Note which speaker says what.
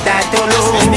Speaker 1: solo.